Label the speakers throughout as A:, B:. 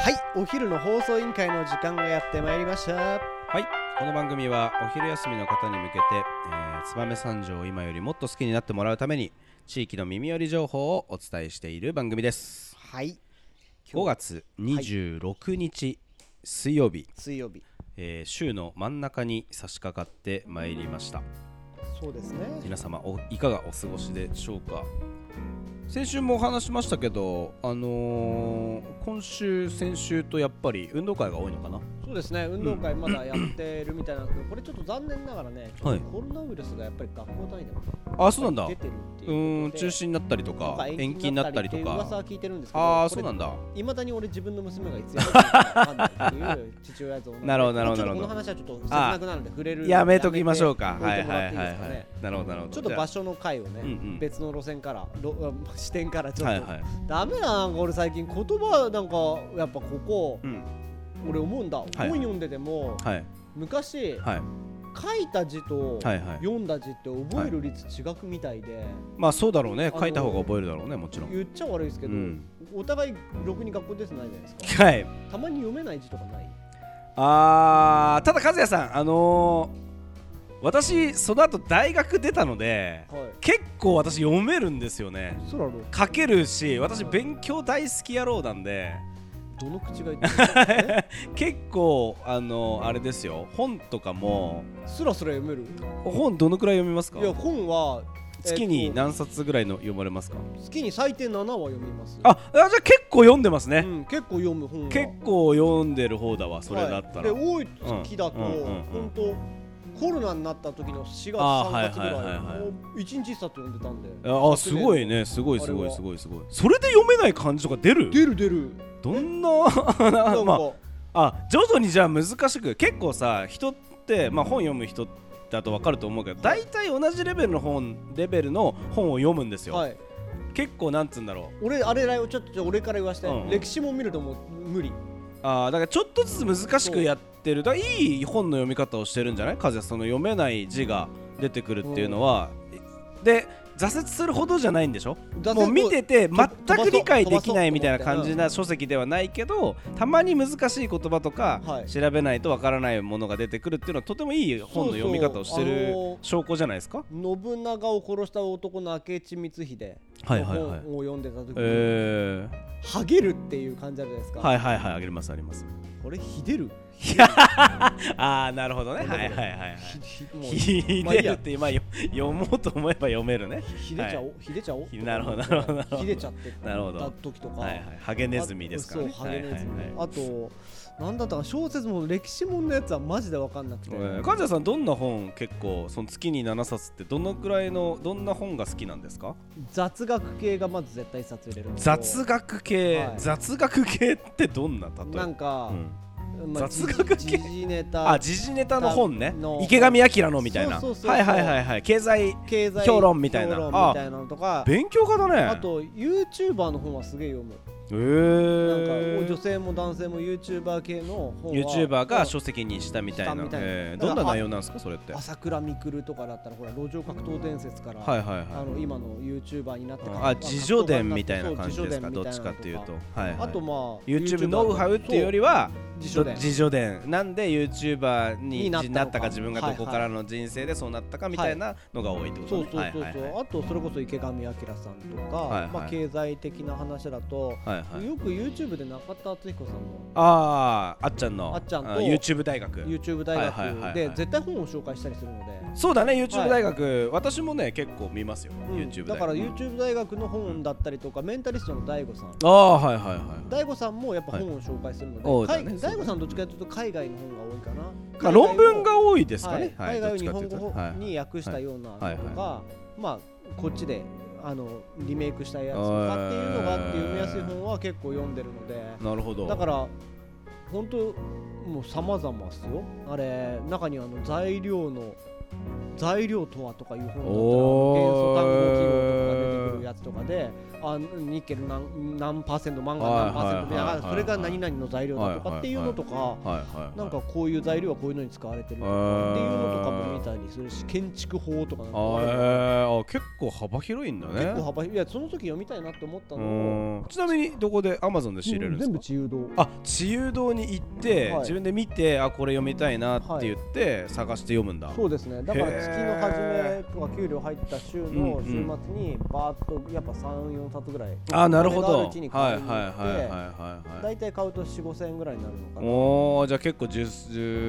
A: はいお昼の放送委員会の時間がやってまいりました
B: はいこの番組はお昼休みの方に向けて、えー、燕三条を今よりもっと好きになってもらうために地域の耳寄り情報をお伝えしている番組です
A: はい
B: 5月26日水曜日、
A: 水曜日
B: えー週の真ん中に差し掛かってまいりました
A: そうですね
B: 皆様おいかがお過ごしでしょうか先週もお話しましたけどあのー今週先週とやっぱり運動会が多いのかな
A: そうですね運動会まだやってるみたいなんですけどこれちょっと残念ながらねちょっとコロナウイルスがやっぱり学校単位でも
B: あそうなんだ
A: 出てるってい
B: うー
A: うんことで
B: 中止になったりと
A: なん
B: か
A: か
B: 延期になったりと
A: 延期になったりっていう噂
B: か
A: は聞いてるんですけど
B: ああそうなんだ
A: いまだに俺自分の娘がいつやるのかわかんないっていう父親像の
B: なるほどなるほど
A: ちょっと
B: なるほど
A: この話はちょっと切なくなるので触れる
B: やめときましょうか
A: やめ
B: はい
A: ても
B: は
A: らっ
B: いはい
A: ていい
B: は
A: ですかね
B: いなるほどなるほど
A: ちょっと場所の回をね、
B: うんうん
A: 別の路線からろあ視点からち
B: じ
A: ょ
B: ゃあ
A: っと、
B: はいはい
A: ダメだななんか俺最近言葉なんかやっぱここ
B: うん
A: 俺思うんだ、
B: い
A: 本読んでても
B: はい
A: 昔、
B: はい
A: 書いた字と
B: はいはい
A: 読んだ字って覚える率違くみたいで、
B: まあそうだろうね
A: あの
B: 書いた方が覚えるだろうねもちろん
A: 言っちゃ悪いですけど、
B: うん
A: お互いろくに学校出てないじゃない ですか
B: はい
A: たまに読めない字とかない
B: あーただ和也さんあのー私その後大学出たので
A: はい
B: 結構私読めるんですよね
A: そらろ
B: 書けるし私勉強大好き野郎なんで
A: どの口が言 ってるのえ
B: 結構あのーあれですよ本とかも
A: スラスラ読める
B: 本どのくらい読みますか
A: いや本は
B: 月に
A: えっ
B: 何冊ぐらいの読まれますか
A: と月に最低7は読みます
B: ああじゃあ結構読んでます
A: う
B: ね、
A: ん、結構読む本は
B: 結構読んでる方だわそれだったら、
A: はいで多い月だと、
B: うんうんうんうん
A: 本当コロナになった時の4月
B: あー
A: 3月ぐらい
B: はいはいはいはい
A: もう一日一冊読んでたんで
B: ああすごいねすごいすごいすごいすごいそれで読めない感じとか出る
A: 出る出る
B: どんな
A: なんか、
B: まああ徐々にじゃあ難しく結構さ人って、まあ、本読む人だと分かると思うけど大体同じレベルの本レベルの本を読むんですよ、
A: はい
B: 結構なんつうんだろう
A: 俺あれらよちょっとじゃあ俺から言わして、
B: うんうん
A: 歴史も見るともう無理
B: あーだからちょっとずつ難しくやってるだからいい本の読み方をしてるんじゃない風邪その読めない字が出てくるっていうのは、で挫折するほどじゃないんでしょ
A: 挫折
B: もう見てて
A: 飛ば
B: 全く理解できないみたいな
A: 飛ばそう
B: 感じな書籍ではないけどたまに難しい言葉とか
A: はい
B: 調べないとわからないものが出てくるっていうのはとてもいい本の読み方をし
A: そうそう
B: て
A: あ
B: る
A: のー
B: 証拠じゃないですか
A: 信長を殺した男の明智光秀
B: はい
A: の
B: はい
A: 本
B: はい
A: を読んでた時に、
B: え
A: ハゲるっていう感じあるじゃないです
B: ー、
A: か、
B: はいはいはいあげますあります
A: これひでる
B: ああなるほどねはいはいはいはい
A: ひひもうまあ
B: ひで
A: いい
B: る
A: や
B: って今読読もうと思えば読めるね
A: ひでちゃお、ひでちゃお
B: ひなるほどなるほどなるほど
A: ひでちゃって
B: なるほど
A: た時とか、
B: はいはいハゲネズミですからね
A: そうハゲネズミ、
B: はいはいは
A: あ
B: い
A: と何だったかな小説も歴史もののやつはマジで分かんなくて、
B: えー患者さんどんな本結構その月に7冊ってどのくらいのどんな本が好きなんですか
A: 雑学系がまず絶対一冊入れるのと
B: 雑学系、
A: はい
B: 雑学系ってどんな例え
A: なんか
B: う、ん
A: まあ
B: 雑学系
A: 時事時事ネタ
B: あ時事ネタの本ね
A: の
B: 池上彰のみたいな
A: そうそうそうそう
B: はいはいはいはい経済
A: 経済
B: 評論みたいな
A: 評論みたいなのとか
B: 勉強家だね
A: あと YouTuber の本はすげえ読む、
B: へえ
A: なんか
B: ー、
A: 女性も男性も YouTuber 系の本は
B: YouTuber が書籍にしたみたいな
A: したみたいな
B: えー
A: だか
B: どん
A: ら
B: な内容なんですかそれってはい
A: 朝倉未来とかだったらほら路上格闘伝説から、
B: はいはい
A: あの今の YouTuber になってから
B: あ自助伝みたいな感じですかどっちかっていうと、、はいはい、
A: あとまあ
B: YouTube ノウハウっていうよりは
A: 自助伝
B: 自助伝なんで YouTuber に
A: にな
B: な
A: ったのか
B: ったか自分がどこからの人生でそうなったかみたいなのが多いってこと
A: そう
B: ね
A: そうそうそう、
B: はいはいはい
A: あとそれこそ池上彰さんとか、
B: はいはい
A: まあ、経済的な話だと、
B: はいはい
A: よく YouTube で中田敦彦さんの
B: あああっちゃんの
A: あっちゃんと
B: あ YouTube 大学
A: YouTube 大学で、
B: はいはいはいはい
A: 絶対本を紹介したりするので、
B: そうだね YouTube 大学、私もね結構見ますよ、
A: うん
B: YouTube
A: だ
B: 大学
A: から
B: うん
A: YouTube 大学の本だったりとか、メンタリストの DAIGO さん
B: ああはいはいはい
A: 大悟さんもやっぱ本を紹介するので、
B: はい
A: 海
B: そうだね
A: 大悟さんどっちかというと海外の本が多いかな。
B: まあ論文が多いですかね、
A: はい海外を日
B: どっ
A: 本
B: ちかってい
A: 語
B: うとはい
A: に訳したようなのとか、
B: はい
A: まあこっちであのリメイクしたやつとかっていうのがあって読みやすい本は結構読んでるので、
B: なるほど
A: だから本当もう様々ですよ。あれ中にはあの材料の材料とはとかいう本だったら元素
B: おー
A: 単語記号とか出てくるやつとかであニッケル何何パーセントマンガン何パーセントで
B: はいはいはいはい
A: あそれが何々の材料だとかっていうのとか
B: はいはいはい
A: なんかこういう材料はこういうのに使われてると
B: へ
A: か
B: ー
A: っていうのとかも見たりするし建築法とかなん
B: あ
A: かある
B: ーあ結構幅広いんだね
A: 結構幅広いいやその時読みたいなと思った
B: う
A: のを
B: ーんちなみにどこで Amazon で仕入れるんです
A: 全
B: か、
A: 部自由堂
B: あ自由堂に行って、
A: はい
B: 自分で見てあこれ読みたいなって言って、探して読むんだ
A: そうですねだから
B: へー
A: 月の初めとか給料入った週
B: う
A: の
B: ん
A: 週末にバーッとやっぱ34冊ぐらい
B: あなるほ
A: お金がある
B: ど
A: うちに
B: はい
A: 買
B: はいい
A: に行っ
B: はい
A: て
B: はいはい
A: 大体買うと4 5千円ぐらいになるのかな
B: おーじゃあ結構 10,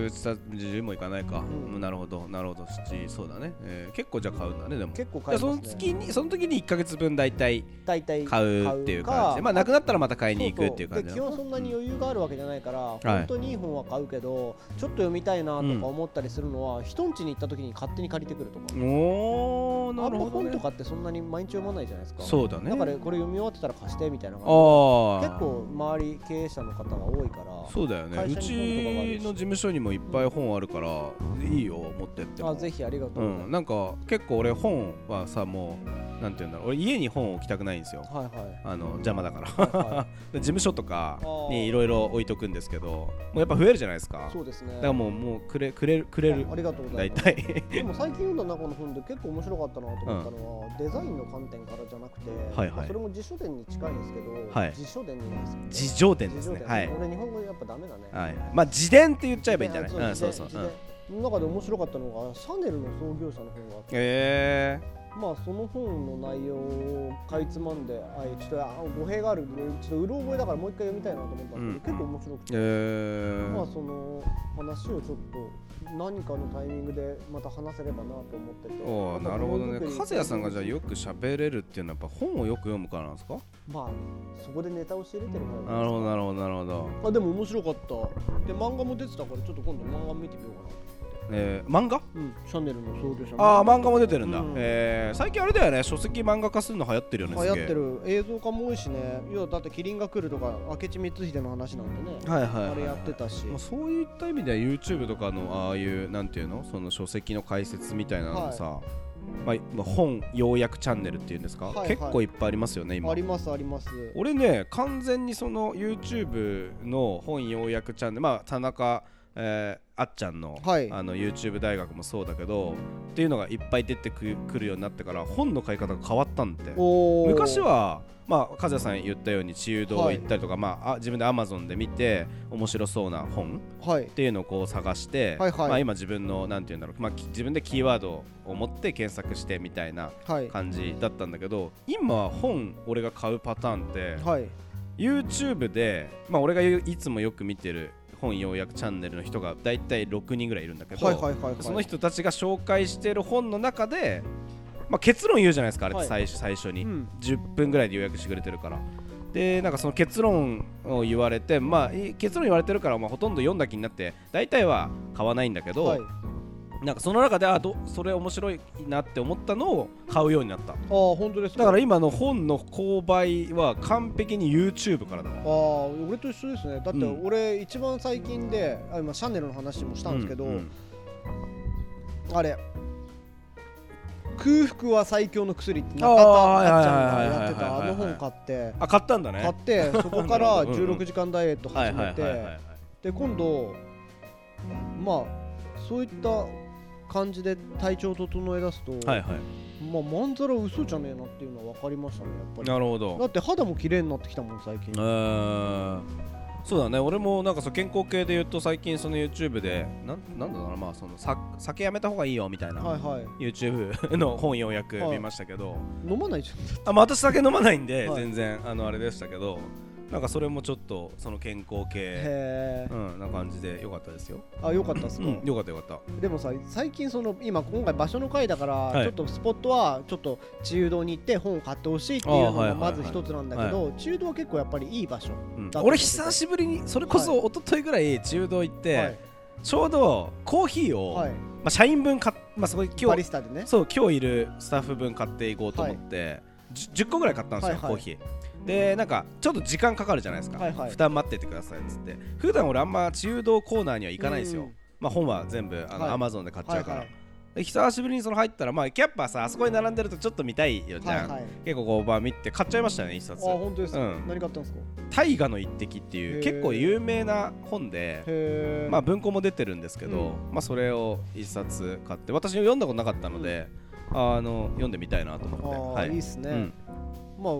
B: 10, 冊10もいかないか、
A: ん
B: うんなるほどなるほど7そうだね、えー結構じゃあ買うんだねでも
A: 結構
B: じゃ
A: 買
B: あ
A: い
B: そ
A: ます
B: の
A: ね
B: 月にその時に1か月分大体
A: 大体
B: 買うっていう感じでまあなくなったらまた買いに行くっていう感じ
A: そ
B: だ
A: うそうで基本そんなに余裕があるわけじゃないから、本当にいい本は買うけどちょっと読みたいなとか思ったりするのは、人ん家に行った時に勝手に借りてくるとか
B: おーな
A: あん
B: る
A: ま
B: ほど、
A: 本
B: ね、
A: とかってそんなに毎日読まないじゃないですか
B: そうだね
A: だからこれ読み終わってたら貸してみたいな
B: あ
A: 感
B: ー
A: じ結構周り経営者の方が多いから
B: そうだよねう
A: 会社に本とかがあるし
B: ちの事務所にもいっぱい本あるからいいよ持ってって
A: あ
B: も
A: ぜひありがと
B: う
A: うござい
B: んなんか結構俺本はさもうなんて言うんだろう俺家に本置きたくないんですよ
A: ます、はいはい
B: あの邪魔だから
A: はいは
B: 事務所とかにいろいろ置いとくんですけどもうやっぱ増えるじゃないです か
A: いそうですね
B: だからもうもうくれくれるくれる
A: あありがとうござい
B: 大
A: ます
B: 体
A: でも最近読んだ中の本で結構面白かったなと思ったのは、デザインの観点からじゃなくて、
B: はいはい
A: まあそれも辞書伝に近いんですけど、
B: はい
A: 辞書伝なんですよね
B: 自情伝で
A: 自
B: す
A: 叙
B: ね
A: 伝
B: はい、
A: 俺日本語やっぱダメだね、
B: はい、まあ自伝って言っちゃえばいいんじゃない
A: 自伝
B: うんそうそう、
A: 自
B: うん
A: 伝、の中で面白かったのがシャネルの創業者の本があって
B: え
A: まあその本の内容をかいつまんであちょっとあ語弊があるんでちょっとうろ覚えだからもう一回読みたいなと思ったんですけど、結
B: うん
A: 構面白く
B: ー、
A: て、
B: え
A: まあ
B: ー、
A: その話をちょっと何かのタイミングでまた話せればなと思ってて
B: おーなるほどね
A: また
B: 和也さんがじゃあよく喋れるっていうのはやっぱ本をよく読むからなんですか
A: まあそこでネタを仕入れてるから
B: なるほどなるほどなるほど
A: あでも面白かったで漫画も出てたからちょっと今度漫画見てみようか
B: えー、漫画
A: なうんシャネルの創業者
B: ああ
A: ま
B: 漫画も出てるんだ、
A: うん
B: えー最近あれだよね書籍漫画化するの流行ってるよね
A: 流行って
B: る
A: る映像化も多いしねいやだって「キリンが来る」とか明智光秀の話なんてね
B: はいはい、はい、
A: あれやってたし
B: まあ、そういった意味では YouTube とかのああいうなんていうのその書籍の解説みたいなのもさ、まあまあ、本要約チャンネルっていうんですか、
A: はいはい
B: 結構いっぱいありますよね今
A: ありますあります
B: 俺ね完全にその YouTube の本要約チャンネルまあ田中、えーあっちゃんの,、
A: はい
B: あの YouTube 大学もそうだけどっていうのがいっぱい出てくくるようになってから本の買い方が変わったんで
A: おー
B: 昔はまあ和也さん言ったように自由堂行ったりとか、まああ自分で Amazon で見て面白そうな本
A: はい
B: っていうのをこう探して、
A: はいはい
B: まあ、今自分のなんて言うんだろう、まあ、き自分でキーワードを持って検索してみたいな
A: はい
B: 感じだったんだけど今本俺が買うパターンって、
A: はい
B: YouTube で、まあ、俺がよいつもよく見てる本要約チャンネルの人がだいたい6人ぐらいいるんだけど、
A: はいはいはいはい
B: その人たちが紹介してる本の中で、まあ、結論言うじゃないですかあれって最,、最初に、
A: うん
B: 10分ぐらいで予約してくれてるからでなんかその結論を言われてまあい結論言われてるから、まあ、ほとんど読んだ気になって大体は買わないんだけど、
A: はい
B: なんかその中であどそれ面白いなって思ったのを買うようになった
A: ああ本当です
B: だから
A: あ
B: 今の本の購買は完璧に YouTube からだわ
A: あー俺と一緒ですねだって
B: うん
A: 俺一番最近であ今シャネルの話もしたんですけど、
B: ううん
A: あれ空腹は最強の薬って中田
B: あー
A: あっちゃんがやって
B: は
A: た
B: い
A: あ
B: はいはいはいはい
A: の本買って
B: あ買ったんだね
A: 買ってそこから
B: うんうん
A: 16時間ダイエット
B: はい
A: 始
B: はい
A: め
B: はいはいは
A: てで今度まあそういった感じで体調を整え出すと、
B: いはいは
A: まあまんざら嘘じゃねえなっていうのは分かりましたねやっ
B: い
A: ぱ
B: なるほ
A: りだ
B: ど
A: って肌も綺麗になってきたもん最近
B: えーそうだね俺もなんかそう健康系で言うと最近その YouTube でなんなんだろうなまあそのさ酒やめた方がいいよみたいな、
A: はいはい
B: YouTube の本要約
A: はい
B: 見ましたけど、
A: 飲まないじ
B: あまあ、私酒飲まないんで、
A: はい
B: 全然あのあれでしたけどなんかそれもちょっとその健康
A: ゃん
B: 系、
A: へえ
B: うん、な感じでよかったですよ、
A: あよかったっす
B: う
A: か、
B: ん、よかったよかった
A: でもさ最近その今今回場所の回だから、
B: はい
A: ちょっとスポットはちょっと自由堂に行って本を買ってほしいっていうの
B: あーはい
A: が
B: はいは
A: ま
B: い
A: ず一つなんだけど自由堂は結構やっぱりいい場所
B: うん
A: だ、って
B: 俺久しぶりにそれこそ一昨日ぐらい自由堂行って、
A: はい
B: ちょうどコーヒーを、
A: はい
B: まあ、社員分買っ、まあ、そこで今
A: バ
B: 日
A: リスタでね
B: そう今日いるスタッフ分買っていこうと思って、じゅ 10, 個ぐらい買ったんですよ、
A: はいはい
B: コーヒーでなんかちょっと時間かかるじゃないですか、
A: はいはい
B: 負担待っててくださいっつって普段俺あんま自由堂コーナーには行かないんですよ、
A: うん
B: まあ本は全部あの、
A: はい
B: Amazon で買っちゃうから、
A: はいはい
B: で久しぶりにその入ったらまあキャッパーさあそこに並んでるとちょっと見たいよじゃん、
A: はいはい
B: 結構こうまあ見て買っちゃいましたね一
A: あ
B: 冊
A: 本当ですか、
B: うん
A: 何買ったんですか
B: 「大河の一滴」ってい
A: へ
B: う
A: ー
B: 結構有名な本で
A: へえ
B: まあ文庫も出てるんですけど、まあそれを一冊買って私読んだことなかったので、あの読んでみたいなと思って
A: あー
B: はい
A: いっすね
B: うん
A: まあ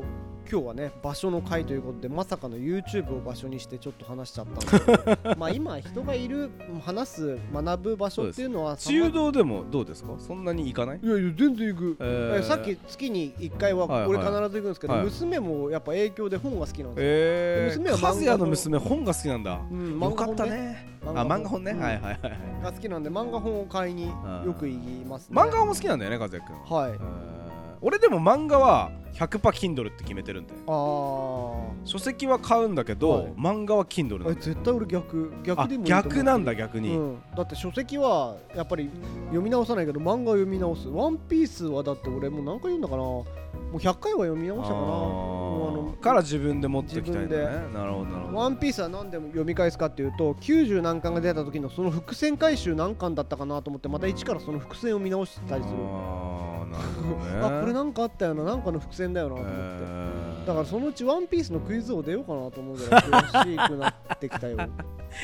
A: 今日はね場所の回ということでまさかの YouTube を場所にしてちょっと話しちゃったんですけ どまあ今人がいる話す学ぶ場所っていうのは
B: 中
A: 様々
B: 道でもどうですかそんなに行かない、
A: いやいや全然行く、
B: え
A: え
B: ー
A: さっき月に1回は
B: はいはい
A: 俺必ず行くんですけど、
B: はい
A: 娘もやっぱ影響で本が好きなんですよ、
B: え
A: 娘は漫画
B: 和
A: の
B: 也の娘本が好きなんだ、
A: うん
B: よかった
A: 漫画本
B: ね
A: 漫画
B: あ
A: 本
B: 漫画本ね、
A: うん
B: はいはいはいはい
A: が好きなんで漫画本を買いによく行きますね
B: 漫画本も好きなんだよね和也くん
A: はい
B: えー俺でも漫画は 100%Kindle って決めてるんで
A: あー
B: 書籍は買うんだけど、
A: はい
B: 漫画は Kindle な
A: あ
B: んだ
A: 絶対俺逆
B: あ
A: 逆でもいいと思う
B: 逆なんだ逆に、
A: うん、だって書籍はやっぱり読み直さないけど漫画は読み直す「ワンピースはだって俺もう何回読んだかなもう100回は読み直したかなもうあの
B: あーから自分で持ってきたいんだね
A: 自
B: なるほどなるほど
A: ワンピースは何でも読み返すかっていうと90何巻が出た時のその伏線回収何巻だったかなと思ってまた一からその伏線を見直したりする
B: あーなるほどね
A: あこれなんかあったよななんかの伏線だよなと思って、
B: えー
A: だからそのうち「ワンピースのクイズを出ようかなと思うぐらい悔しくなって きたよ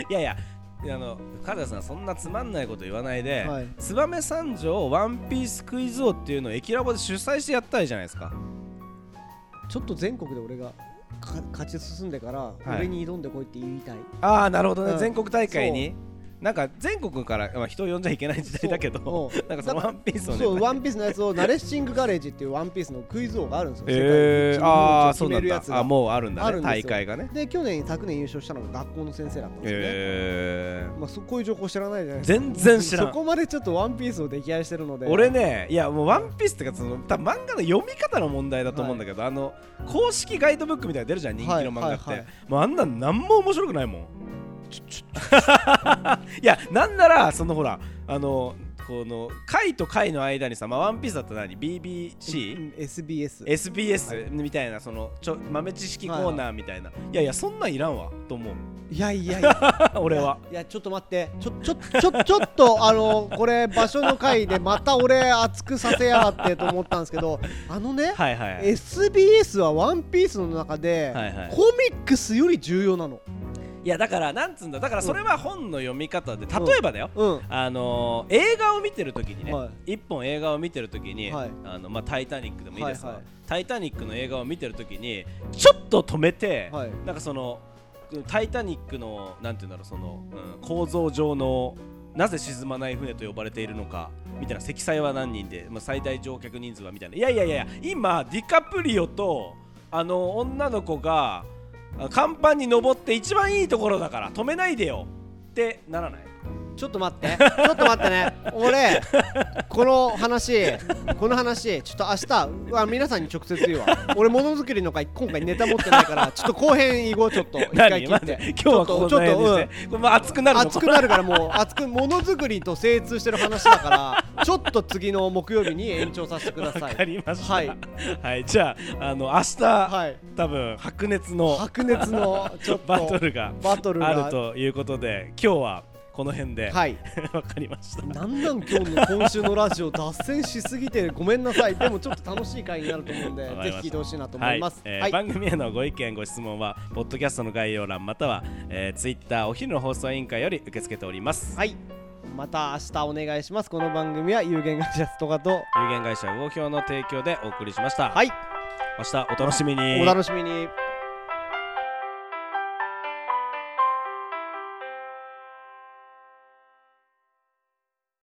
B: いやいやいやあの加田さんそんなつまんないこと言わないで、
A: はい
B: 燕三条ワンピースクイズ王っていうのを駅ラボで主催してやったらいいじゃないですか
A: ちょっと全国で俺がか勝ち進んでから
B: い
A: 俺に挑んでこいって言いたい、
B: ああなるほどね、
A: うん
B: 全国大会になんか全国から、まあ、人を呼んじゃいけない時代 だけど
A: そううん
B: なんかそのワンピースをね
A: そう、ワンピースのやつをナレッシングガレージっていうワンピースのクイズ王があるんですよ。
B: え
A: 世界一日
B: ー、
A: 本
B: あ
A: 一
B: あそうなんだあ
A: う。
B: もうあるんだ
A: あ
B: ね
A: るんです
B: 大
A: よ
B: 会がね
A: で、去年、昨年優勝したのが学校の先生だったんですよね。
B: え
A: まあ、そこういう情報知らないじゃない
B: ー、
A: ですか。
B: 全然知ら
A: そ
B: ん
A: こまでちょっとワンピースを溺愛してるので。
B: 俺ねいやもう「ワンピースってかその多分漫画の読み方の問題だと思うんだけど、あの公式ガイドブックみたいなの出るじゃん人気の漫画って、
A: はいはいはい
B: もうあんなん何も面白くないもん いやなんならそのほらあのこの回と回の間にさ「まあ、ワンピースだったら何
A: う
B: BBC?SBS
A: ん SBS。
B: みたいなそのちょ豆知識コーナーみたいな、いやいやそんなんいらんわ と思う
A: いやいやいや、
B: 俺はい
A: や、ちょっと待って、ちょ、ちょ、ちょ、ちょっと、あの、これ、場所の回で、また俺、熱くさせやがってと思ったんですけど、あのね、
B: はいはい
A: SBS はワンピースの中で、
B: はいはい
A: コミックスより重要なの。
B: いやだからなんつうんだだからそれは本の読み方で
A: ん
B: 例えばだよ、
A: うん。
B: あのー映画を見てる時にね、
A: は
B: 一本映画を見てる時に「
A: はい
B: あのまあ、タイタニック」でもいいですが、
A: はいはい
B: タイタニック」の映画を見てる時にちょっと止めて、
A: はい
B: なんかその「タイタニックの」なんて言うんだろうその、うん構造上のなぜ沈まない船と呼ばれているのかみたいな積載は何人で、まあ、最大乗客人数はみたいないやいやいや今ディカプリオとあの女の子があ甲板に登って一番いいところだから止めないでよってならない
A: ちょっと待って、ちょっと待ってね、俺、この話、この話、ちょっと明日は皆さんに直接言うわ、俺、ものづくりの会、今回ネタ持ってないから、ちょっと後編以後、ちょっと、一回
B: 何
A: 切
B: ま
A: っ
B: ず今
A: て、
B: 日はここの辺で、すね、これまあ熱くなるの
A: 熱くなるから、 もう、熱く、ものづくりと精通してる話だから、ちょっと次の木曜日に延長させてくださ
B: わか
A: い。
B: りましたは
A: はいい、
B: じゃああの明日、
A: はい、
B: 多分白熱の
A: 白熱のちょっと
B: バトルが
A: バトルが
B: あるということで今日はこの辺で、
A: はい、
B: わかりました
A: なんなん今日の今週のラジオ脱線しすぎてごめんなさいでもちょっと楽しい回になると思うんでぜ
B: わかりました
A: ひ聞いてほしいなと思います、
B: はいえー番組へのご意見ご質問はポッドキャストの概要欄または、えー、ツイッターお昼の放送委員会より受け付けております、
A: はい。また明日お願いします。この番組は有限会社ストカと。
B: 有限会社魚評の提供でお送りしました、
A: はい。
B: 明日お楽しみに
A: お楽しみに。